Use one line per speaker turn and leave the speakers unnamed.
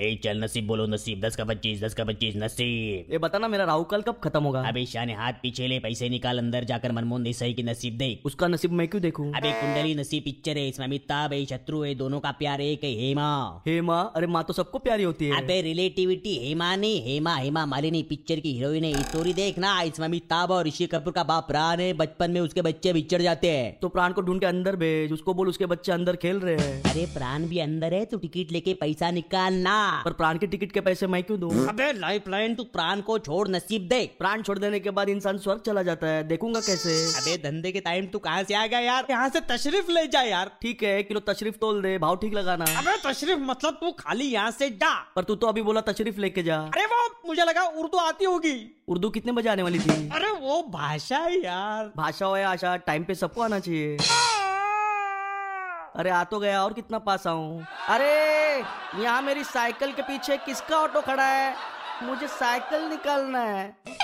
ए चल नसीब बोलो नसीब दस का पच्चीस दस का पच्चीस नसीब
ये बता ना मेरा राहु काल कब खत्म होगा
अबे शान हाथ पीछे ले पैसे निकाल अंदर जाकर मनमोहन देसाई की नसीब देख
उसका नसीब मैं क्यों देखूं
अबे कुंडली नसीब पिक्चर है इसमें अमिताभ है शत्रु है दोनों का प्यार एक है हेमा
हे माँ अरे माँ तो सबको प्यारी होती है
अबे रिलेटिविटी हेमा नहीं हेमा हेमा मालिनी पिक्चर की हीरोइन है स्टोरी देखना इसमें अमिताभ और ऋषि कपूर का बाप प्राण है बचपन में उसके बच्चे बिछड़ जाते हैं
तो प्राण को ढूंढ के अंदर भेज उसको बोल उसके बच्चे अंदर खेल रहे हैं
अरे प्राण भी अंदर है तो टिकट लेके पैसा निकालना
पर प्राण के टिकट के पैसे मैं क्यों दूं
अबे लाइफ लाइन तू प्राण को छोड़ नसीब दे
प्राण छोड़ देने के बाद इंसान स्वर्ग चला जाता है देखूंगा कैसे
अबे धंधे के टाइम तू कहाँ से आ गया यार यहाँ से तशरीफ ले जा यार
ठीक है एक किलो तशरीफ तोल दे भाव ठीक लगाना
अबे तशरीफ मतलब तू खाली यहाँ से जा
पर तू तो अभी बोला तशरीफ लेके जा
अरे वो मुझे लगा उर्दू आती होगी
उर्दू कितने बजे आने वाली थी
अरे वो भाषा है यार
भाषा हो या आशा टाइम पे सबको आना चाहिए अरे आ तो गया और कितना पास आऊं अरे यहाँ मेरी साइकिल के पीछे किसका ऑटो खड़ा है मुझे साइकिल निकालना है